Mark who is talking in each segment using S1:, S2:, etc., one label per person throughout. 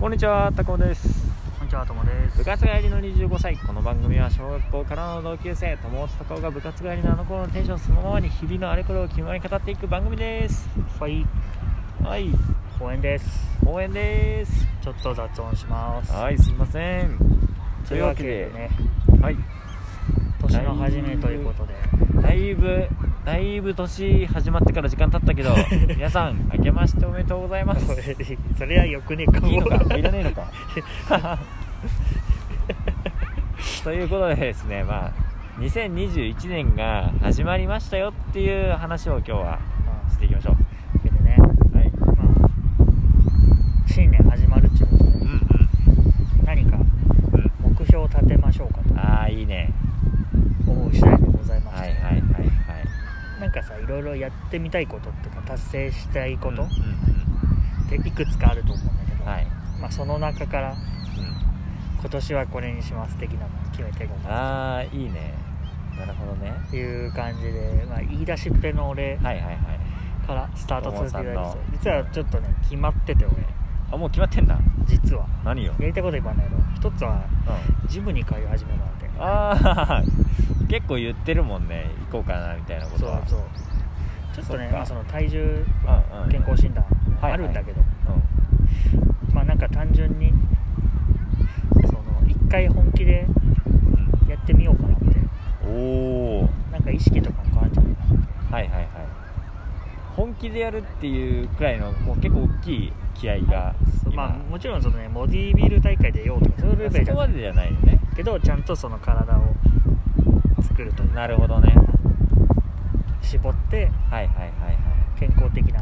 S1: こんにちは、たこです。
S2: こんにちは、ともです。
S1: 部活帰りの25歳。この番組は小学校からの同級生、友達たこが部活帰りのあの頃のテンションそのままに日々のあれこれを気ままに語っていく番組です。
S2: はい、
S1: はい、
S2: 公園です。
S1: 応援です。
S2: ちょっと雑音します。
S1: はい、すいません。というわけで、
S2: ね、
S1: はい、
S2: 年の初めということで、
S1: だいぶ、だいぶ年始まってから時間経った けど、皆さん、明けましておめでとうございます。い
S2: それはよくねえかも。
S1: いのかいら ねえのか ということでですねまあ2021年が始まりましたよっていう話を今日は
S2: うん
S1: していきましょう
S2: というわけでね、
S1: はい
S2: まあ、新年始まるっちゅうこと
S1: う
S2: で、
S1: ん
S2: 何か
S1: うんうん
S2: 目標を立てましょうか
S1: ああいいね
S2: と思う次第でございまし
S1: はいは
S2: て、
S1: いはいはい
S2: なんかさ、いろいろやってみたいことっていうか、達成したいこと
S1: う
S2: っ
S1: んうん
S2: ていくつかあると思うんだけ
S1: う
S2: ど、
S1: んはい、
S2: まあ、その中から、
S1: う
S2: 今年はこれにします的なのを決めていこうか
S1: ん、ああいいねなるほどね
S2: っていう感じで、まあ、言い出しっぺの俺
S1: はいはいはい
S2: からスタートさせていただきま
S1: 友さんの
S2: す実はちょっとね決まってて俺
S1: あもう決まってんだ
S2: 実は
S1: 何よ、
S2: やりたいこと言わないけど一つは
S1: う
S2: ジムに通い始めなんで
S1: ん、ああ結構言ってるもんね行こうかなみたいなこと
S2: そう
S1: は
S2: そうちょっと
S1: そっ
S2: ね
S1: か
S2: まあ、その体重
S1: うんうん
S2: 健康診断
S1: はい
S2: あるんだけど、
S1: うん
S2: まあなんか単純にその一回本気でやってみようかなって
S1: うん、おお
S2: なんか意識とかも変わるんじゃないかなって
S1: はいはいはい本気でやるっていうくらいのもう結構大きい気合が
S2: そう
S1: 今、
S2: まあもちろんそのねボディービル大会でようとかそういうレベルじ
S1: そ
S2: ゃ
S1: こ
S2: な
S1: ま
S2: い
S1: でじゃないよね
S2: けどちゃんとその体を作るというか
S1: なるほどね
S2: 絞って
S1: はいはいはいは
S2: 健康的な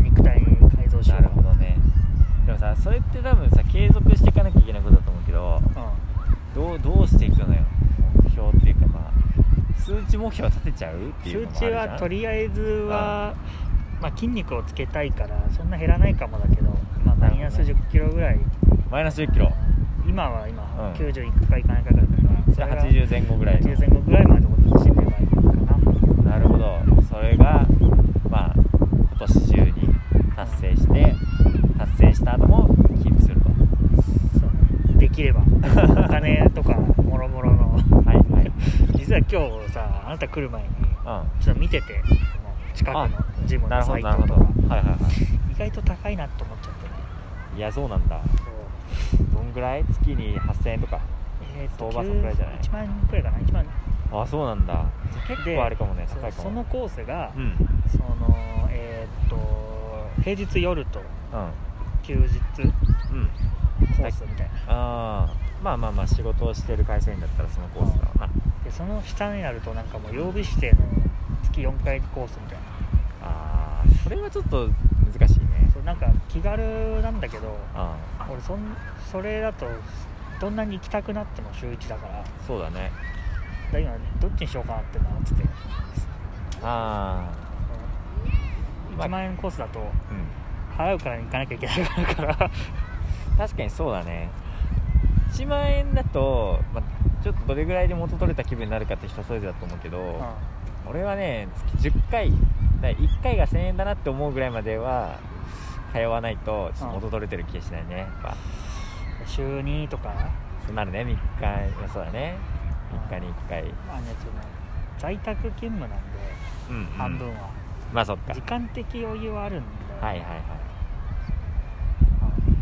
S2: 肉体に改造
S1: い
S2: しよ
S1: な
S2: う
S1: るほどねでもさそれって多分さ継続していかなきゃいけないことだと思うけど
S2: う、
S1: どうどうしていくのよ目標っていうかまあ数値目標立てちゃうっていうんのもあ
S2: 数値
S1: るじゃん
S2: はとりあえずは、まあ、筋肉をつけたいからそんな減らないかもだけど、まあ、
S1: な
S2: マ
S1: るほどね
S2: イナス1 0キロぐらい
S1: マイナス1 0キロ
S2: 今は
S1: うん
S2: 今、90いくかいかないかぐらいだから
S1: そ
S2: そ
S1: れ
S2: れが
S1: 80前後ぐらいの
S2: 80前後ぐらいまで落ちてればいいのかな
S1: なるほどそれがまあ今年中に達成して達成した後もキープすると
S2: そうねで きればお金とかもろもろの
S1: はいはい
S2: 実は今日さあなた来る前
S1: う
S2: にちょっと見ててその近く
S1: あ
S2: のジム
S1: んなる
S2: の
S1: ほ
S2: サ
S1: ど
S2: イ
S1: なる
S2: ト
S1: ほ
S2: と
S1: ど
S2: か
S1: はいはいは
S2: 意外と高いなと思っちゃってね
S1: いいやそうなんだどんぐらい月に8000円とか
S2: えーと
S1: 相場そんくらいじゃない
S2: 9 1万円くらいかな1万
S1: あそうなんだじゃあ結
S2: で
S1: 構あれかもね
S2: そ
S1: 高いかも
S2: うそのコースが、
S1: うんうん
S2: そのえーっと平日夜と休日
S1: うん
S2: コースみたいな
S1: あーまあまあまあ仕事をしてる会社員だったらそのコースだわな
S2: でその下になるとなんかもう曜日指定の月4回コースみたいな
S1: あーそれはちょっと難しいね
S2: そうなんか気軽なんだけど
S1: あ
S2: 俺そんそれだとどんなに行きたくなっても週1だからだか
S1: ーそうだね
S2: ら今どっちにしようかなってなってて
S1: あまあ
S2: 1万円コースだと
S1: あうん
S2: 払うからに行かなきゃいけないから
S1: 確かにそうだね1万円だと、まあ、ちょっとどれぐらいで元取れた気分になるかって人それぞれだと思うけど、俺はね月10回だ1回が1000円だなって思うぐらいまでは通わないとちょっと元取れてる気がしないねやっぱ
S2: うん週2とか
S1: そうなるね3日いやそうだね3日に1回、うん
S2: あのねその在宅勤務なんで
S1: うん
S2: 半分は、
S1: まあそっか
S2: 時間的余裕はあるんで、
S1: はいはいはい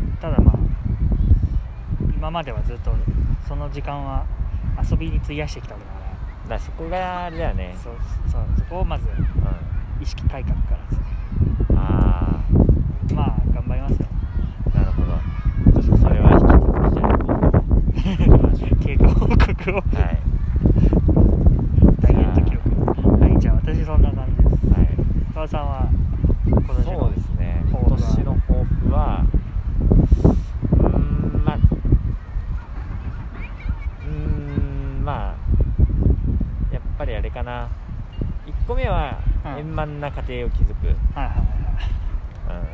S2: うんただまあ今まではずっとその時間は遊びに費やしてきたわけだか
S1: だからそこがあれだよ
S2: ら、
S1: ね
S2: そうそうそこをまず
S1: う
S2: 意識改革からですね
S1: んあ
S2: まあ頑張りますよ
S1: あなるほどちょっとそれは引き続きじゃあ行きまし ょう
S2: 経過報告を
S1: はい
S2: ダイエット記録はいじゃあ私そんな感じです
S1: はい
S2: 川さんは今年の
S1: そうですね
S2: 抱
S1: 今
S2: 負は
S1: 年の抱負はうーんまあうーんまあやっぱりあれかな1個目は
S2: うん
S1: 円満な家庭を築く、うん
S2: はいはいはい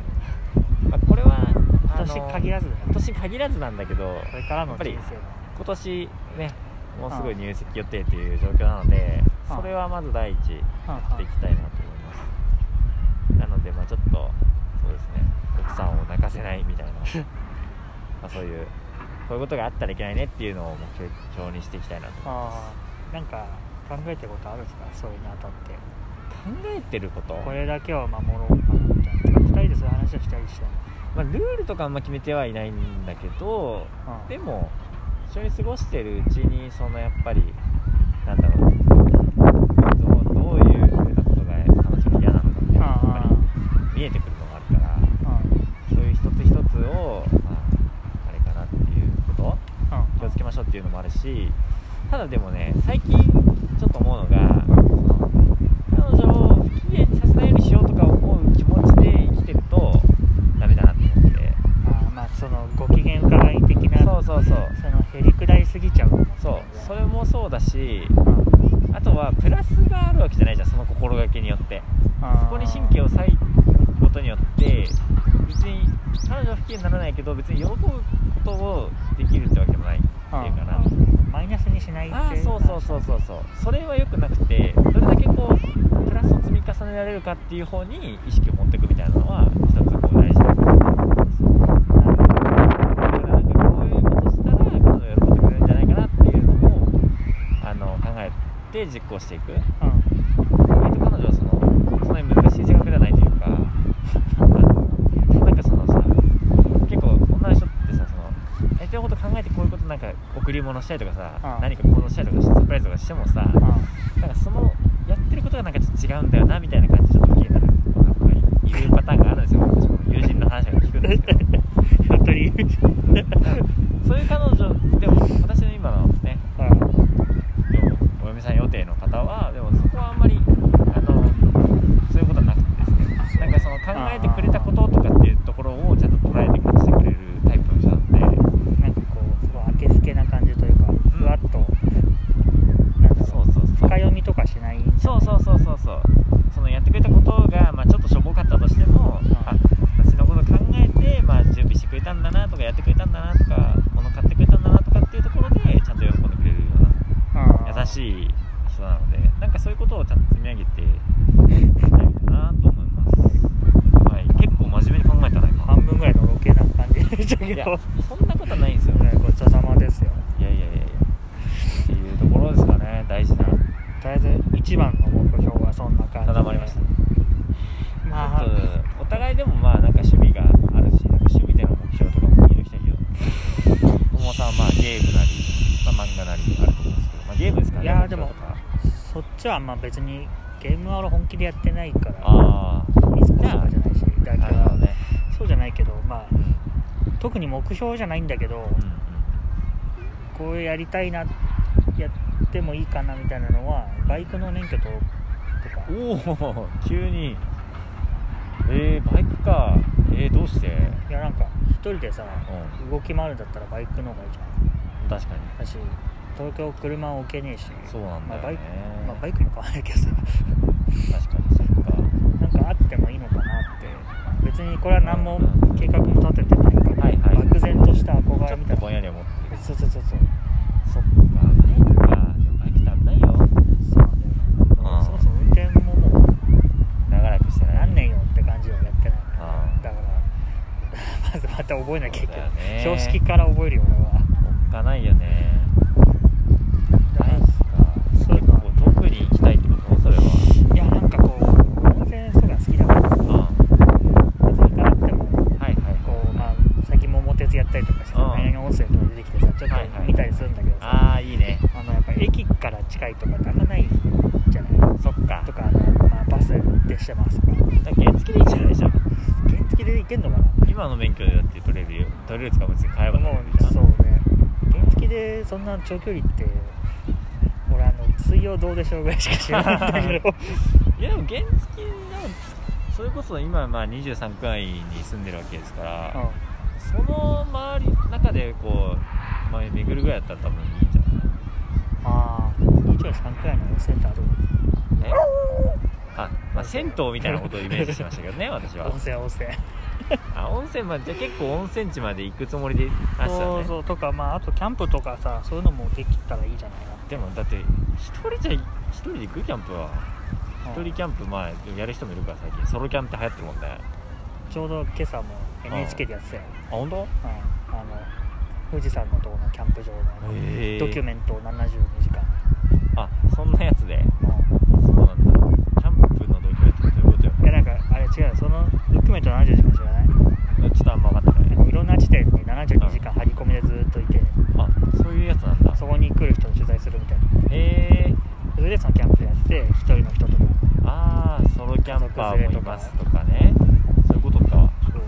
S1: まあ、これは
S2: 今年限ら
S1: ず
S2: ずだよ
S1: 今年限らずなんだけど
S2: これからの
S1: やっぱ
S2: 人
S1: り
S2: 生の
S1: 今年ねもうすぐ入籍予定という状況なので
S2: うん
S1: それはまず第一
S2: うん
S1: やっていきたいなと思い ますなのでまあちょっとそうですね奥さんを泣かせないみたいなまあ、そういうこういうことがあったらいけないねっていうのを目標にしていきたいなと思います
S2: ああなんか考えてることあるんですかそういうにあたって
S1: 考えてること
S2: これだけは守ろうかなみたいなてか2人でそういう話をしたりして
S1: まあ、ルールとかあんま決めてはいないんだけど
S2: うん
S1: でも一緒に過ごしてるうちにそのやっぱりなんだろうどうどういうことが彼女が嫌なのかっていうのがやっぱり見えてくるのがあるから
S2: うんうん
S1: そういう一つ一つを、まあ、あれかなっていうこと
S2: うん
S1: 気をつけましょうっていうのもあるしただでもね最近ちょっと思うのがその彼女を不機嫌にさせないようにしようとか思う気持ちで生きてるとダメだなって思って
S2: あーまあそのご機嫌伺い的な
S1: そうそうそう
S2: そのへりくだりすぎちゃうのも
S1: そうそれもそうだし
S2: うん
S1: あとはプラスがあるわけじゃないじゃんその心がけによって
S2: あー
S1: そこに神経を割くことによって別に彼女は不機嫌にならないけど別に喜ぶことをできるってわけでもないっていう
S2: うん
S1: かな
S2: うんマイナスにしないって
S1: ああそうそうそうそうそうそれは良くなくてどれだけこうプラスを積み重ねられるかっていう方に意識を持っていくみたいなのは一つこう大事だと思いますだからなんかこういうことしたら彼女が喜んでくれるんじゃないかなっていうのをあの考えて実行していく
S2: うん
S1: 意外と彼女はそのそんなに難しい性格ではないというかあのなんかそのさ結構女の人ってさその相手のこと考えてこういうことなんか贈り物したりとかさ、
S2: うん
S1: 何か行動したりとかしてサプライズとかしてもさ、
S2: うん
S1: なんかそのやってることがなんかちょっと違うんだよなみたいな感じでちょっと気になる子がいるパターンがあるんですよ私も友人の話が聞くんですけど
S2: 本当に言うじゃん
S1: そういう彼女でも私の今のね
S2: うん
S1: お嫁さん予定の方はでもそこはあんまりあのそういうことはなくてですねなんかその考えてくれたこととかっていうところをちゃんと捉えてくれてくれるタイプの人なんで
S2: なんかこうすごいあけすけな感じというかふわっとなんだろ
S1: そうそうそう
S2: う深読みとかしない
S1: そうそうそうそうそうそのやってくれたことが、まあ、ちょっとしょぼかったとしてもあ私のこと考えて、まあ、準備してくれたんだなとかやってくれたんだなとか物買ってくれたんだなとかっていうところでちゃんと喜んでくれるような優
S2: い
S1: しい人なのでなんかそういうことをちゃんと積み上げていきたいかなと思います、はい、結構真面目に考えたな今
S2: 半分ぐらいのロケな感じでしたけ
S1: いや
S2: ど
S1: そんなことないんですよ
S2: ね
S1: ね
S2: ごちそうさまですよ
S1: いやいやいやいやっていうところですかね大事な
S2: とりあえず一番の目標はそんな感じで
S1: 定まりました
S2: ま
S1: あ
S2: あ
S1: とお互いでもまあなんか趣味があるしなんか趣味での目標とかもいる人いるよ友さんはまあゲームなり、まあ、漫画なりあると思うんですけど、まあ、ゲームですからね
S2: いや
S1: 目
S2: ー
S1: 標とか
S2: そっちはまあ別にゲームは俺本気でやってないから
S1: ああ
S2: いつもとかじゃないしだ
S1: な
S2: か
S1: るほ
S2: ら
S1: どね
S2: そうじゃないけどま
S1: うん
S2: あ特に目標じゃないんだけど
S1: うん
S2: こうやりたいなやってもいいかなみたいなのはバイクの免許ととか
S1: おお急にえー、バイクかえー、どうしてう
S2: いやなんか一人でさ
S1: ん
S2: 動き回るんだったらバイクの方がいいじゃん
S1: 確かに
S2: だし東京車置けねえし
S1: そうなんだよね、
S2: まあ、バイクも買わないけどさ
S1: 確かにそっか
S2: なんかあってもいいのかなって別にこれは何も計画も立ててないから、
S1: はいはい
S2: 漠然とした憧
S1: ち
S2: れ
S1: ょっ
S2: みた
S1: と
S2: い
S1: ぼん
S2: な
S1: やり思ってる
S2: そうそうそうそう
S1: そっかバイクかでもバイクって危ないよ
S2: そうなんだよな
S1: うん
S2: そもそも運転ももう
S1: 長らくしてない
S2: 何年よって感じをやってない
S1: あ
S2: だから まずまた覚えなきゃいけ
S1: そうだ
S2: な
S1: よ
S2: い
S1: ね
S2: 標識から覚えるよ俺は
S1: あおっかないよね
S2: だ
S1: バ
S2: か
S1: イ
S2: ら
S1: クか
S2: そうい
S1: 結
S2: うの
S1: 構遠くに行きたいってことそれはい
S2: やなんかこう運転とか好きだから
S1: あ
S2: 別に行かなくても
S1: はいはい
S2: こうまあ最近桃鉄やったりとかして
S1: うん
S2: 何々音声とか出てきてさちょっ
S1: はいは
S2: と
S1: い
S2: 見たりするんだけどさ、
S1: ああいいね
S2: あのやっぱ駅から近いとかってあんまないじゃない
S1: そっか
S2: とかあの、まあ、バスでしてますとか
S1: だって原付でいいんじゃないでしょ
S2: 原付で行けんのかな
S1: 今の免許だって取れるよ取れるつか別に買えば
S2: も
S1: 取れるじゃ
S2: うんそうね原付でそんな長距離って俺あの水曜どうでしょうぐらいしか知らないんだ けど
S1: いやでも原付なんそれこそ今まあ23区内に住んでるわけですから、その周り中でこう、まあ、巡るぐらいだったら多分いいんじゃ
S2: ああ23くらいのセンターある
S1: ないえあまあ銭湯みたいなことをイメージしてましたけど ね私は
S2: 温泉温泉
S1: あ温泉までじゃあ結構温泉地まで行くつもりでいました
S2: そう
S1: ね
S2: そうとかまああとキャンプとかさそういうのもできたらいいじゃないか
S1: でもだって一人じゃ一人で行くキャンプは
S2: な
S1: 一人キャンプまあやる人もいるから最近ソロキャンって流行ってるもんねあ
S2: ちょうど今朝も NHK でやってたよ、
S1: 本当
S2: うあの富士山のところのキャンプ場のあの
S1: へえ
S2: ドキュメントを72時間、
S1: あそんなやつで
S2: う
S1: そうなんだキャンプのドキュメントってどういうことよ
S2: んいやなんかあれ違うよそのドキュメント70時間知らない
S1: ちょっとあんま分かって
S2: あ
S1: ない
S2: のいろんな地点に72時間張り込みでずっといて
S1: あそういうやつなんだ
S2: そこに来る人を取材するみたいな
S1: へえ
S2: それでそのキャンプやって一人の人とか
S1: ああソロキャンパーもいますとかねそういうことか
S2: そう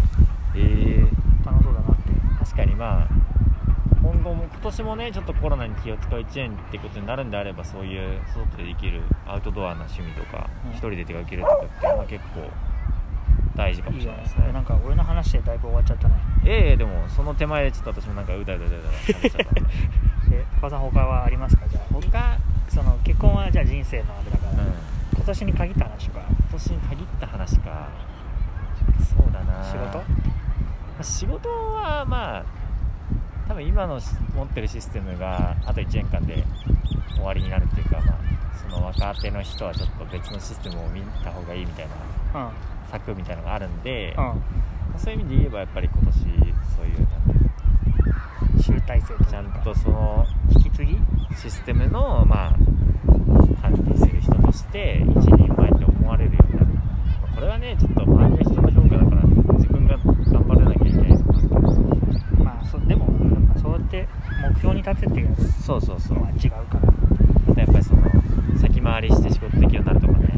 S1: ええ
S2: 楽しそうだなって
S1: 確かにまあ今後も今年もねちょっとコロナに気を使う1年ってことになるんであればそういう外でできるアウトドアな趣味とか
S2: うん
S1: 一、人で出かけるとかっていうのは結構大事かも
S2: いい
S1: し
S2: じ
S1: れ
S2: ゃ
S1: な
S2: な
S1: で
S2: いいですす
S1: ね
S2: かなんか俺の話でだいぶ終わっちゃったね
S1: ええでもその手前でちょっと私もなんかうだうだうだうだ喋っちゃった
S2: で高さん他はありますかじゃ あ
S1: 他
S2: その結婚はじゃあ人生のあれだか
S1: うん
S2: ら、今年に限った話とか
S1: 今年に限った話かそうだな
S2: 仕事
S1: 仕事はまあ多分今のし持ってるシステムがあと1年間で終わりになるっていうか、まあ、その若手の人はちょっと別のシステムを見た方がいいみたいな
S2: うん
S1: 策みたいなのがあるんで、ま
S2: う
S1: あそういう意味で言えばやっぱり今年そういうなんていうん
S2: 集大成という
S1: ちゃんと
S2: か
S1: その
S2: 引き継ぎ
S1: システムのまあ管理する人として一人前って思われるようになる、まあこれはねちょっと周りの人の評価だから自分が頑張らなきゃいけない
S2: まあそでもそうやって目標に立ててやる
S1: そうそうそう
S2: のは違うから
S1: あとやっぱりその先回りして仕事できるようになるとかね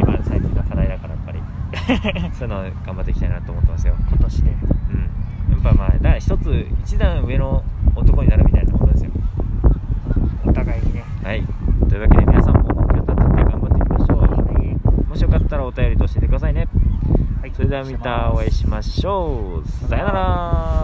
S1: 今最近の課題だからやっぱり そういうの頑張っていきたいなと思ってますよ
S2: 今年で
S1: うんやっぱまあだから一つ一段上の男になるみたいなことですよ
S2: お互いにね
S1: はいというわけで皆さんも目標立てて頑張っていきましょ
S2: は
S1: うもしよかったらお便りと教えてくださいね
S2: い
S1: それではまたお会いしましょうさよなら